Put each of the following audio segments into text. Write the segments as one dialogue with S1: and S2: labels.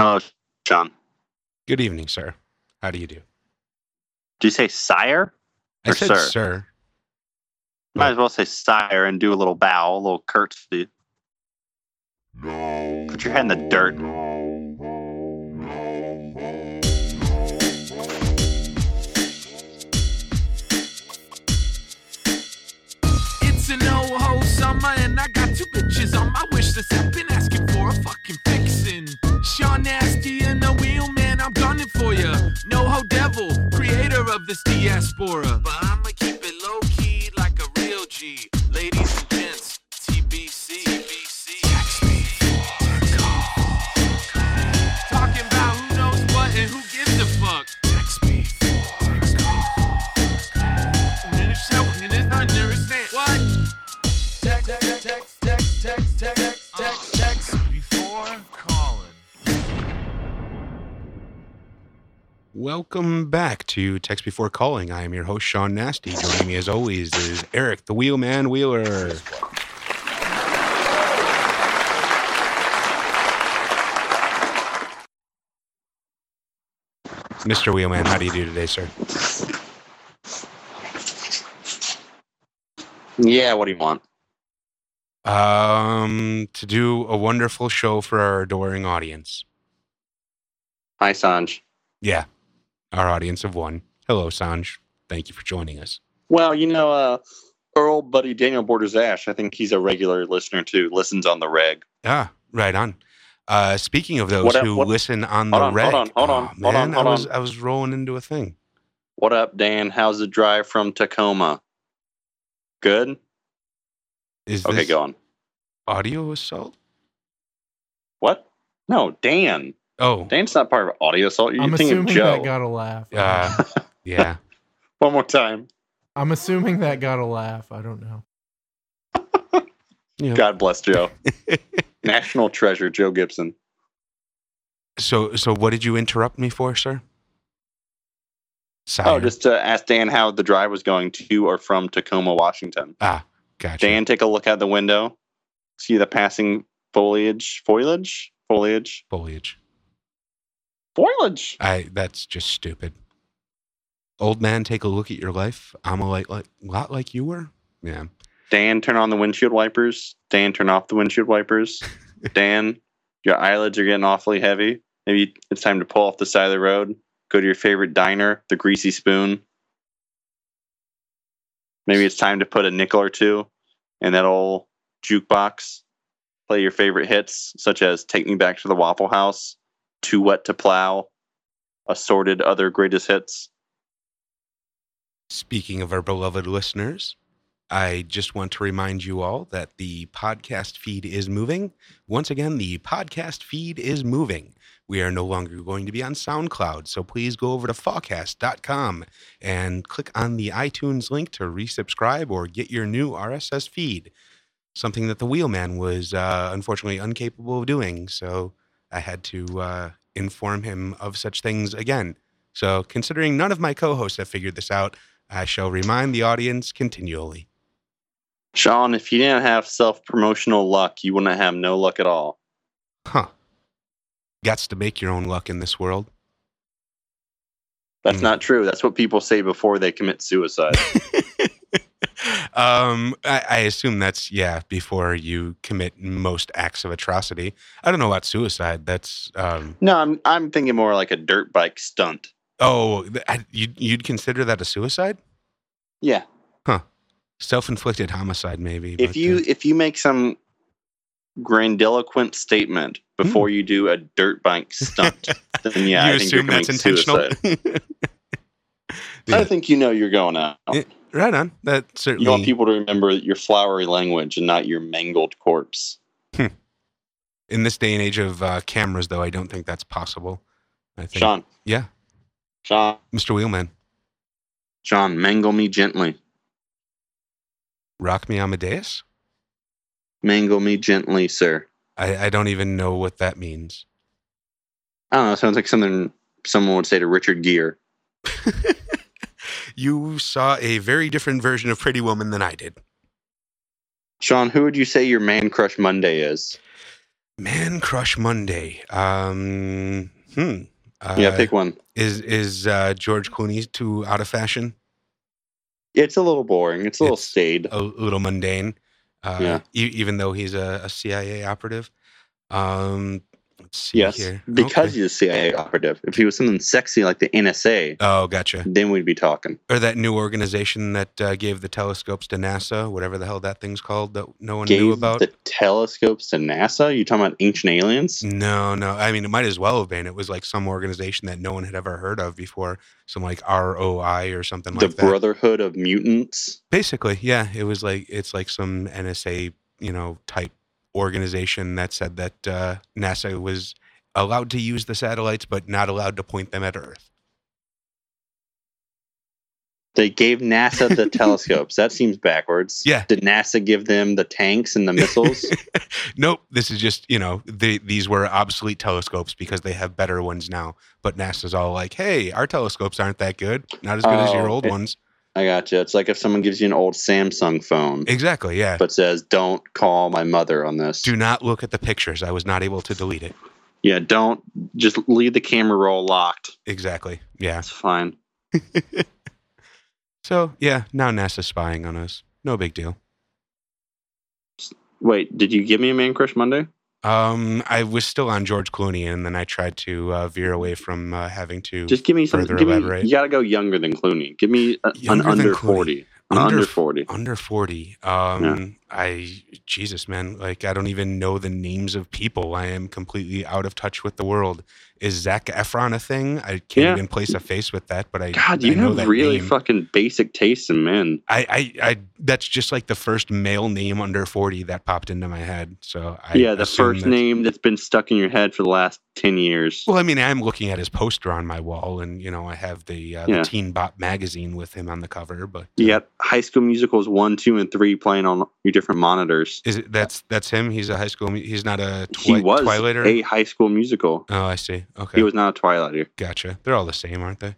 S1: Oh, John.
S2: Good evening, sir. How do you do?
S1: Do you say sire?
S2: I
S1: Or
S2: said,
S1: sir.
S2: sir.
S1: Might as well say sire and do a little bow, a little curtsy. Put your head in the dirt.
S3: It's an old ho summer, and I got two bitches on my wish list. I've been asking for a fucking fixin'. Sean Nasty and the wheel, man, I'm gunning for ya. No ho devil, creator of this diaspora. But I'ma keep it low key like a real G. Ladies and gents, TBC. TBC. Text me for a call. Talking about who knows what and who gives a fuck. Text me for a and it's helping and it's understand. What? Text, text, text, text, text, text, text, text before calling.
S2: Welcome back to Text Before Calling. I am your host, Sean Nasty. Joining me, as always, is Eric, the Wheelman Wheeler. Mr. Wheelman, how do you do today, sir?
S1: Yeah, what do you want?
S2: Um, to do a wonderful show for our adoring audience.
S1: Hi, Sanj.
S2: Yeah, our audience of one. Hello, Sanj. Thank you for joining us.
S1: Well, you know, uh, Earl Buddy Daniel Borders Ash, I think he's a regular listener too, listens on the reg.
S2: Ah, right on. Uh, speaking of those
S1: What up-
S2: who
S1: what-
S2: listen on
S1: hold
S2: the
S1: on,
S2: reg,
S1: hold on, hold on,
S2: Aw,
S1: hold on,
S2: man,
S1: hold
S2: I
S1: on.
S2: was I was rolling into a thing.
S1: What up, Dan? How's the drive from Tacoma? Good?
S2: Is
S1: Okay,
S2: this
S1: go on.
S2: audio assault?
S1: What? No, Dan.
S2: Oh,
S1: Dan's not part of Audio Assault. You're
S4: I'm
S1: thinking of
S4: assuming
S1: Joe.
S4: that got a laugh.
S2: uh, yeah.
S1: One more time.
S4: I'm assuming that got a laugh. I don't know.
S2: yeah.
S1: God bless Joe. National treasure, Joe Gibson.
S2: so so what did you interrupt me for, sir? Sire.
S1: Oh, just to ask Dan how the drive was going to or from Tacoma, Washington.
S2: gotcha.
S1: Dan, take a look out the window. See the passing foliage, foliage, foliage,
S2: foliage.
S1: foliage.
S2: I that's just stupid. Old man, take a look at your life. I'm a light, like lot like you were. Yeah.
S1: Dan, turn on the windshield wipers. Dan, turn off the windshield wipers. Dan, your eyelids are getting awfully heavy. Maybe it's time to pull off the side of the road. Go to your favorite diner, the Greasy Spoon. Maybe it's time to put a nickel or two in that old jukebox. Play your favorite hits, such as Take Me Back to the Waffle House, Too Wet to Plow, assorted other greatest hits.
S2: Speaking of our beloved listeners, I just want to remind you all that the podcast feed is moving. Once again, the podcast feed is moving. We are no longer going to be on SoundCloud, so please go over to Fawcast.com and click on the iTunes link to resubscribe or get your new RSS feed, something that the Wheelman was uh, unfortunately incapable of doing. So I had to uh, inform him of such things again. So, considering none of my co hosts have figured this out, I shall remind the audience continually.
S1: Sean, if you didn't have self promotional luck, you wouldn't have no luck at all.
S2: Huh. Gots to make your own luck in this world.
S1: That's
S2: Mm.
S1: not true. That's what people say before they commit suicide.
S2: um, I, I assume that's, yeah, before you commit most acts of atrocity. I don't know about suicide. That's, um,
S1: no, I'm I'm thinking more like a dirt bike stunt.
S2: oh, th- I- you'd, you'd consider that a suicide?
S1: Yeah.
S2: Self inflicted homicide, maybe.
S1: If
S2: but,
S1: you
S2: uh,
S1: if you make some grandiloquent statement before you do a dirt bike stunt, then yeah,
S2: you
S1: I think you're
S2: assume that's
S1: committing
S2: intentional.
S1: suicide.
S2: Yeah.
S1: I think you know you're going out.
S2: Yeah, right on. That certainly.
S1: You want people to remember your flowery language and not your mangled corpse.
S2: in this day and age of uh, cameras, though, I don't think that's possible. I think,
S1: Sean,
S2: yeah,
S1: Sean,
S2: Mr. Wheelman,
S1: Sean, mangle me gently.
S2: rock me Amadeus.
S1: Mangle me gently, sir.
S2: I, I don't even know what that means.
S1: I don't know. Sounds like something someone would say to Richard Gere.
S2: You saw a very different version of Pretty Woman than I did.
S1: Sean, who would you say your man crush Monday is?
S2: Man Crush Monday. Um, Hmm. Uh,
S1: yeah, pick one.
S2: is is uh, George Clooney too out of fashion?
S1: It's a little boring. It's a little
S2: It's-
S1: staid.
S2: A little mundane, uh,
S1: Yeah.
S2: e- even though he's a, a CIA operative. Um, let's see
S1: yes,
S2: here.
S1: because
S2: Okay.
S1: he's a CIA operative. If he was something sexy like the NSA,
S2: oh, gotcha.
S1: then we'd be talking.
S2: Or that new organization that uh, gave the telescopes to NASA, whatever the hell that thing's called that no one knew
S1: Gave
S2: about.
S1: the telescopes to NASA. You talking about ancient aliens?
S2: No, no. I mean, it might as well have been. It was like some organization that no one had ever heard of before, some like ROI or something
S1: the
S2: like that.
S1: Brotherhood of Mutants.
S2: Basically, yeah, it was like it's like some NSA, you know, type organization that said that uh, NASA was allowed to use the satellites but not allowed to point them at Earth.
S1: They gave NASA the telescopes. That seems backwards.
S2: Yeah.
S1: Did NASA give them the tanks and the missiles?
S2: nope, this is just you know the, these were obsolete telescopes because they have better ones now. But NASA's all like, "Hey, our telescopes aren't that good, not as good as your
S1: Oh,
S2: old
S1: it-
S2: ones."
S1: I gotcha. It's like if someone gives you an old Samsung phone,
S2: Exactly, yeah.
S1: but says, "Don't call my mother on this."
S2: Do not look at the pictures. I was not able to delete it.
S1: yeah, don't. Just leave the camera roll locked.
S2: Exactly. Yeah.
S1: That's fine.
S2: So yeah, now NASA's spying on us. No big deal.
S1: Wait, did you give me a man crush Monday?
S2: Um, I was still on George Clooney, and then I tried to uh, veer away from uh, having to
S1: Just give me some.
S2: Further
S1: Give me,
S2: elaborate.
S1: you got to go younger than Clooney. Give me a, an
S2: Younger than
S1: under
S2: Clooney.
S1: forty. An
S2: Under
S1: under,
S2: f-
S1: forty.
S2: under forty. Um, I Jesus, man, like I don't even know the names of people. I am completely out of touch with the world. Is Zach Efron a thing? I can't
S1: Yeah.
S2: even place a face with that. But I
S1: God,
S2: I
S1: you
S2: know
S1: have
S2: that
S1: really
S2: name.
S1: fucking basic tastes in men.
S2: I, I, I, that's just like the first male name under 40 that popped into my head. So I,
S1: yeah, the
S2: assume
S1: first
S2: that's-
S1: name that's been stuck in your head for the last ten years.
S2: Well, I mean, I'm looking at his poster on my wall, and you know, I have the, uh,
S1: Yeah.
S2: the Teen Bop magazine with him on the cover. But uh,
S1: You got High School Musicals one, two, and three playing on your different monitors.
S2: is it that's that's him? He's a high school. mu- He's not a
S1: He
S2: twi-
S1: was
S2: Twilighter.
S1: a High School Musical.
S2: oh, I see. Okay,
S1: He was not a Twilighter.
S2: gotcha. They're all the same, aren't they?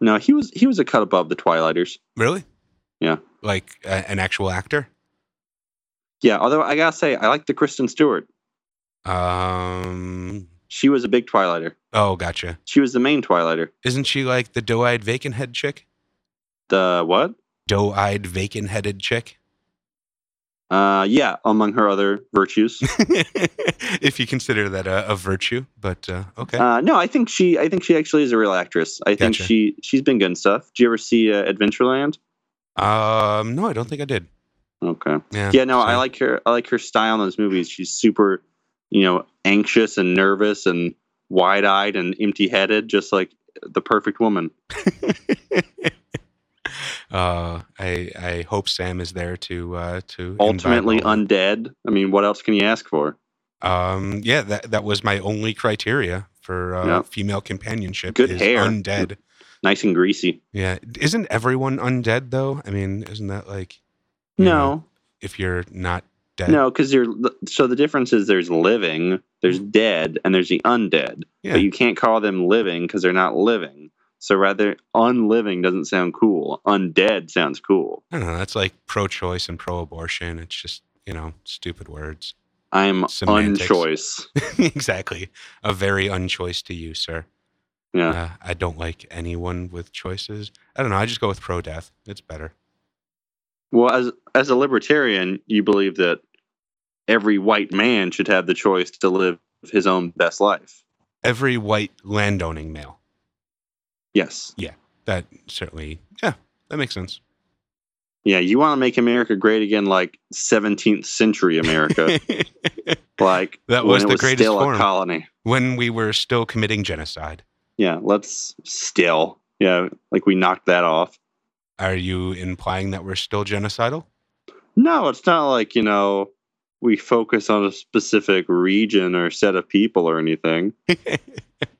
S1: No, he was he was a cut above the Twilighters.
S2: Really?
S1: Yeah.
S2: Like a, an actual actor.
S1: Yeah, although I gotta say, I like the Kristen Stewart.
S2: Um.
S1: She was a big Twilighter.
S2: Oh, gotcha.
S1: She was the main Twilighter.
S2: Isn't she like the doe-eyed vacant head chick?
S1: The what?
S2: Doe-eyed vacant headed chick.
S1: Uh, yeah, among her other virtues.
S2: if you consider that a, a virtue, but uh, okay.
S1: Uh, no, I think she I think she actually is a real actress. I think
S2: Gotcha.
S1: she she's been good in stuff. Did you ever see uh, Adventureland?
S2: Um, no, I don't think I did.
S1: Okay.
S2: Yeah,
S1: yeah no i
S2: so-
S1: like her i like her style in those movies she's super you know anxious and nervous and wide-eyed and empty-headed just like the perfect woman
S2: uh, I I hope Sam is there to uh, to
S1: ultimately
S2: imbibe all-
S1: undead i mean what else can you ask for
S2: um, yeah, that that was my only criteria for uh,
S1: Yeah.
S2: female companionship.
S1: Good
S2: is
S1: hair.
S2: undead.
S1: nice and greasy
S2: Yeah, isn't everyone undead though? I mean, isn't that like you know,
S1: no
S2: if you're not dead?
S1: no because you're so the difference is there's living there's dead and there's the undead
S2: Mm-hmm. Yeah.
S1: but you can't call them living because they're not living so rather unliving doesn't sound cool undead sounds cool
S2: I don't know. That's like pro-choice and pro-abortion. It's just you know stupid words.
S1: i'm
S2: Semantics.
S1: unchoice
S2: exactly. A very unchoice to you, sir.
S1: yeah
S2: Uh, I don't like anyone with choices. I don't know. I just go with pro death. It's better.
S1: Well, as as a libertarian, you believe that every white man should have the choice to live his own best life.
S2: Every white landowning male.
S1: Yes.
S2: That certainly, yeah, that makes sense.
S1: Yeah, you want to make America great again like 17th century America, like
S2: That
S1: when
S2: was
S1: it
S2: the
S1: was
S2: greatest
S1: still
S2: form.
S1: a colony.
S2: when we were still committing genocide,
S1: Yeah, let's still. Yeah, like we knocked that off.
S2: are you implying that we're still genocidal?
S1: No, it's not like, you know, we focus on a specific region or set of people or anything.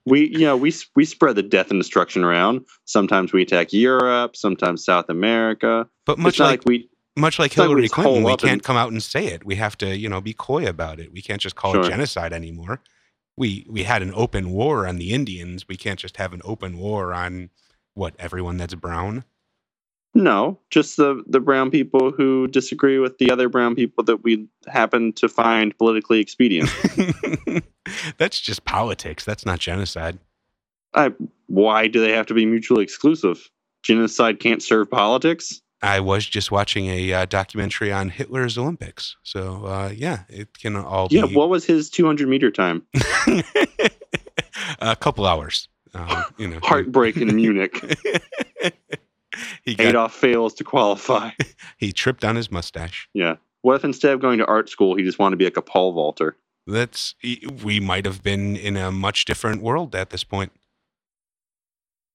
S1: we, you know, we s- we spread the death and destruction around. Sometimes we attack Europe, sometimes South America.
S2: But
S1: it's
S2: much
S1: not
S2: like,
S1: like we
S2: much like
S1: it's not like we
S2: Hillary
S1: just
S2: Clinton,
S1: hole
S2: we
S1: up and-
S2: can't come out and say it. We have to, you know, be coy about it. We can't just call it
S1: Sure.
S2: genocide anymore. We we had an open war on the Indians. We can't just have an open war on what everyone that's brown.
S1: No, just the the brown people who disagree with the other brown people that we happen to find politically expedient.
S2: That's just politics. That's not genocide.
S1: Why do they have to be mutually exclusive? Genocide can't serve politics.
S2: I was just watching a uh, documentary on Hitler's Olympics. So, uh, yeah, it can all
S1: Yeah,
S2: be
S1: what was his 200 meter time?
S2: a couple hours. Um, you know,
S1: Heartbreak in Munich.
S2: he, got,
S1: Adolf fails to qualify.
S2: he tripped on his mustache.
S1: Yeah. What if instead of going to art school, he just wanted to be like a pole vaulter?
S2: That's we might have been in a much different world at this point.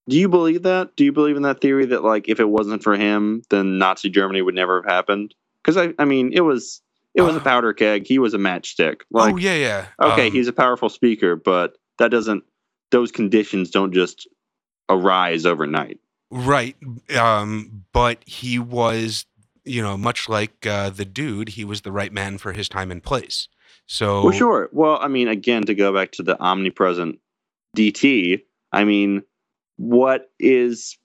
S1: Do you believe that? Do you believe in that theory that like if it wasn't for him, then Nazi Germany would never have happened? Because I, I mean, it was it was a
S2: Uh.
S1: powder keg. He was a matchstick. Like,
S2: oh yeah, yeah.
S1: okay,
S2: Um,
S1: he's a powerful speaker, but that doesn't those conditions don't just arise overnight.
S2: Right. Um, but he was, you know, much like uh, the dude, he was the right man for his time and place. So,
S1: Well, sure. Well, I mean, again, to go back to the omnipresent DT, I mean, what is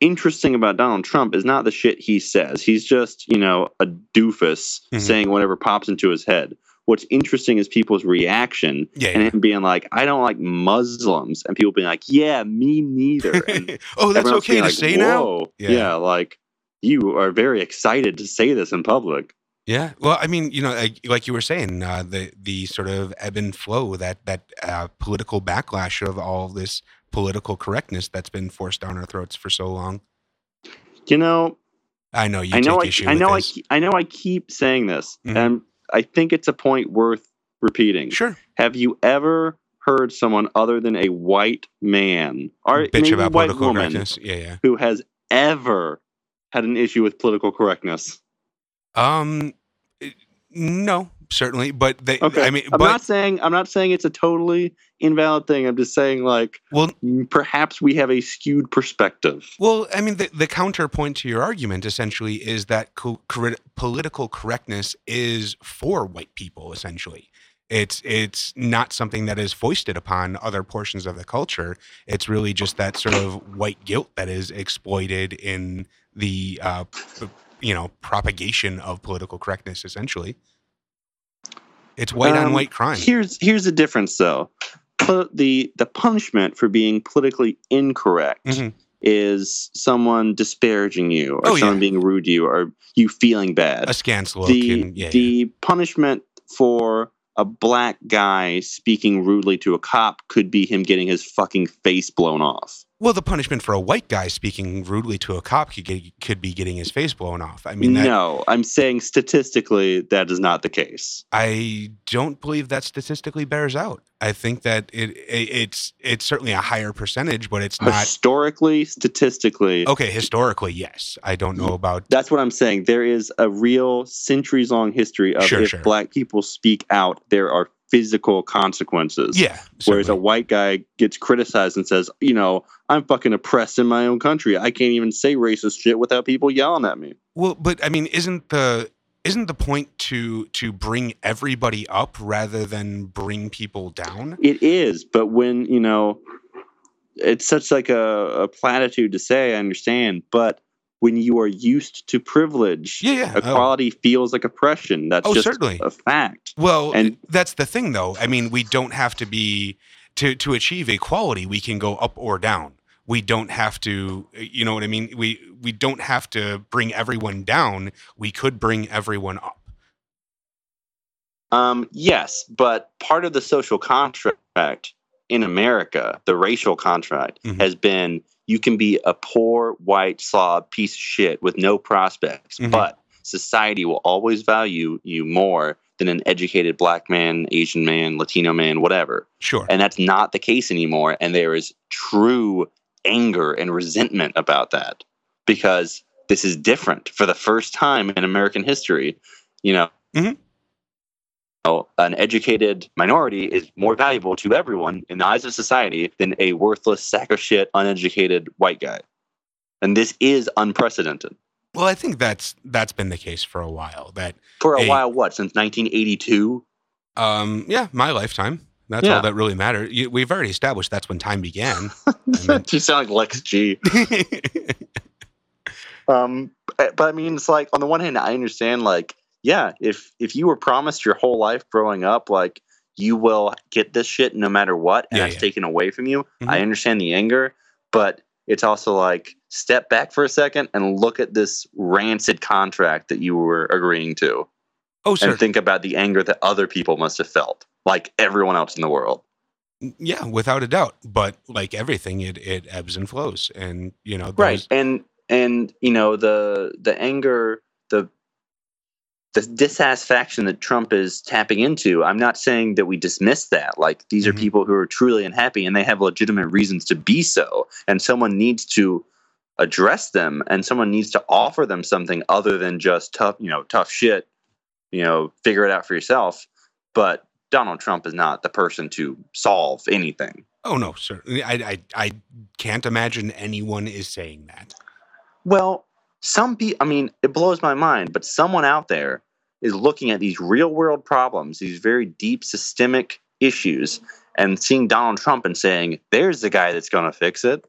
S1: interesting about Donald Trump is not the shit he says. He's just, you know, a doofus
S2: Mhm.
S1: saying whatever pops into his head. What's interesting is people's reaction
S2: yeah. yeah.
S1: and him being like, I don't like Muslims. And people being like, yeah, me neither. And
S2: oh, that's
S1: everyone else
S2: okay
S1: being
S2: to
S1: like,
S2: say now.
S1: "Whoa."
S2: Yeah.
S1: yeah, like you are very excited to say this in public.
S2: Yeah. Well, I mean, you know, like, like you were saying, uh, the the sort of ebb and flow that that uh, political backlash of all this political correctness that's been forced down our throats for so long.
S1: You know,
S2: I know you
S1: I know
S2: take
S1: I,
S2: issue
S1: I
S2: with
S1: know I,
S2: this.
S1: ke- I know I keep saying this
S2: Mhm.
S1: and I think it's a point worth repeating.
S2: sure.
S1: Have you ever heard someone other than a white man or
S2: Bitch
S1: maybe
S2: about
S1: white
S2: political
S1: woman
S2: correctness. Yeah, yeah.
S1: who has ever had an issue with political correctness?
S2: Um, no, certainly, but they.
S1: Okay.
S2: I mean,
S1: I'm
S2: but
S1: not saying I'm not saying it's a totally invalid thing. I'm just saying like
S2: well,
S1: perhaps we have a skewed perspective.
S2: Well, I mean, the, the counterpoint to your argument essentially is that co- corre- political correctness is for white people. Essentially, it's it's not something that is foisted upon other portions of the culture. It's really just that sort of white guilt that is exploited in the uh, p- you know propagation of political correctness. Essentially, it's white on
S1: Um,
S2: white crime.
S1: Here's here's the difference though. Pu- the the punishment for being politically incorrect
S2: Mhm.
S1: is someone disparaging you or
S2: Oh, yeah.
S1: someone being rude to you or you feeling bad.
S2: a scant look.
S1: the
S2: and, yeah,
S1: the
S2: yeah.
S1: punishment for a black guy speaking rudely to a cop could be him getting his fucking face blown off.
S2: Well, the punishment for a white guy speaking rudely to a cop could, get, could be getting his face blown off. I mean, that,
S1: no, I'm saying statistically that is not the case.
S2: I don't believe that statistically bears out. I think that it, it it's it's certainly a higher percentage, but it's not
S1: Historically, statistically,
S2: okay historically. Yes, I don't know about
S1: That's what I'm saying. There is a real centuries long history of
S2: Sure,
S1: if
S2: sure.
S1: black people speak out, there are physical consequences.
S2: yeah.
S1: Whereas a
S2: certainly.
S1: white guy gets criticized and says, you know, I'm fucking oppressed in my own country. I can't even say racist shit without people yelling at me.
S2: well, but I mean, isn't the isn't the point to to bring everybody up rather than bring people down?
S1: It is, but when, you know, it's such like a, a platitude to say, I understand, but when you are used to privilege,
S2: Yeah, yeah. Oh,
S1: equality feels like oppression. That's
S2: Oh,
S1: just
S2: certainly.
S1: a fact.
S2: Well,
S1: And-
S2: that's the thing, though. I mean, we don't have to be to to achieve equality. We can go up or down. We don't have to, you know what I mean. We we don't have to bring everyone down. We could bring everyone up.
S1: Um, yes, but part of the social contract in America, the racial contract,
S2: Mhm.
S1: has been you can be a poor white slob piece of shit with no prospects,
S2: Mhm.
S1: but society will always value you more than an educated black man, Asian man, Latino man, whatever.
S2: Sure.
S1: And that's not the case anymore. And there is true anger and resentment about that because this is different for the first time in American history. You know,
S2: Mhm.
S1: oh, an educated minority is more valuable to everyone in the eyes of society than a worthless sack of shit, uneducated white guy. And this is unprecedented.
S2: Well, I think that's that's been the case for a while. That
S1: For a
S2: Hey.
S1: while, what, since 1982?
S2: um, yeah, my lifetime. That's
S1: Yeah.
S2: all that really mattered. You- We've already established that's when time began. mean-
S1: you sound like Lex G. Um, but, but I mean, it's like on the one hand, I understand like, yeah, if if you were promised your whole life growing up, like you will get this shit no matter what, and
S2: Yeah,
S1: it's
S2: yeah.
S1: taken away from you.
S2: Mhm.
S1: I understand the anger, but it's also like step back for a second and look at this rancid contract that you were agreeing to,
S2: Oh, sure.
S1: and think about the anger that other people must have felt, like everyone else in the world.
S2: yeah, without a doubt. But like everything, it, it ebbs and flows. And, you know,
S1: right
S2: those-
S1: and and you know the the anger the the dissatisfaction that trump is tapping into i'm not saying that we dismiss that like these
S2: Mhm.
S1: are people who are truly unhappy and they have legitimate reasons to be so and someone needs to address them and someone needs to offer them something other than just tough you know tough shit you know figure it out for yourself but donald trump is not the person to solve anything
S2: Oh, no, certainly. I, I, I can't imagine anyone is saying that.
S1: Well, some people, I mean, it blows my mind, but someone out there is looking at these real world problems, these very deep systemic issues, and seeing Donald Trump and saying, there's the guy that's going to fix it.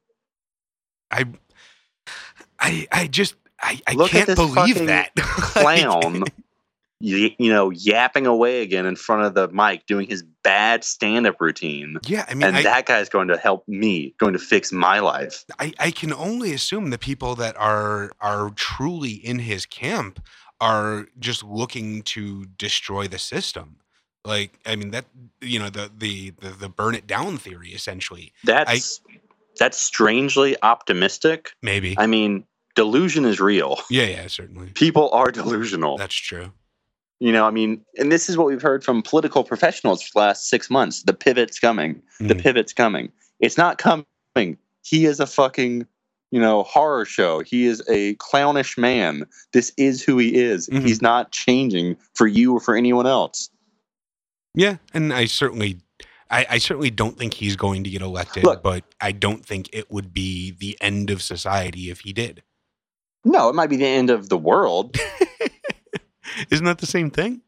S2: I, I, I just, I, I
S1: Look at
S2: can't
S1: this
S2: believe
S1: fucking
S2: that. Like,
S1: Clown, you, you know, yapping away again in front of the mic, doing his bad stand up routine.
S2: yeah, I mean,
S1: and
S2: I,
S1: that guy's going to help me, going to fix my life.
S2: I, I can only assume the people that are are truly in his camp are just looking to destroy the system. Like, I mean, that you know, the the the, the burn it down theory, essentially.
S1: That's that's strangely optimistic.
S2: Maybe.
S1: I mean, delusion is real.
S2: yeah, yeah, certainly.
S1: People are delusional.
S2: That's true.
S1: You know, I mean, and this is what we've heard from political professionals for the last six months. The pivot's coming. The
S2: Mm.
S1: pivot's coming. It's not coming. He is a fucking, you know, horror show. He is a clownish man. This is who he is.
S2: Mhm.
S1: He's not changing for you or for anyone else.
S2: Yeah, and I certainly, I, I certainly don't think he's going to get elected.
S1: Look-
S2: but I don't think it would be the end of society if he did.
S1: No, it might be the end of the world.
S2: Isn't that the same thing?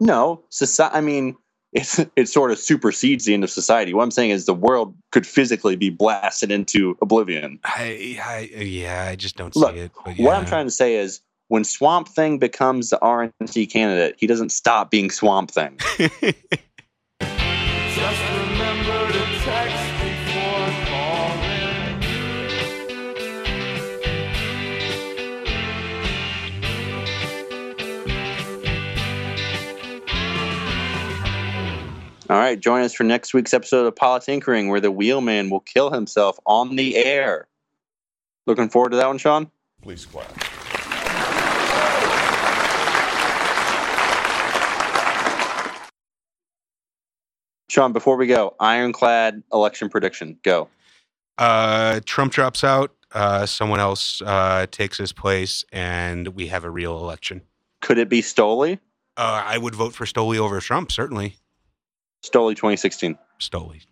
S1: No, society. I mean, it's it sort of supersedes the end of society. What I'm saying is the world could physically be blasted into oblivion.
S2: I, I yeah, I just don't
S1: Look,
S2: see it. But
S1: What I'm
S2: yeah.
S1: trying to say is when Swamp Thing becomes the RNC candidate, he doesn't stop being Swamp Thing.
S3: Just remember to text before calling.
S1: All right, join us for next week's episode of Politinkering, where the wheelman will kill himself on the air. Looking forward to that one, Sean?
S5: Please clap.
S1: Sean, before we go, ironclad election prediction. Go.
S2: uh, Trump drops out, uh, someone else uh, takes his place, and we have a real election.
S1: Could it be Stoley?
S2: Uh, I would vote for Stoley over Trump, certainly.
S1: Stoley 2016.
S2: Stoley.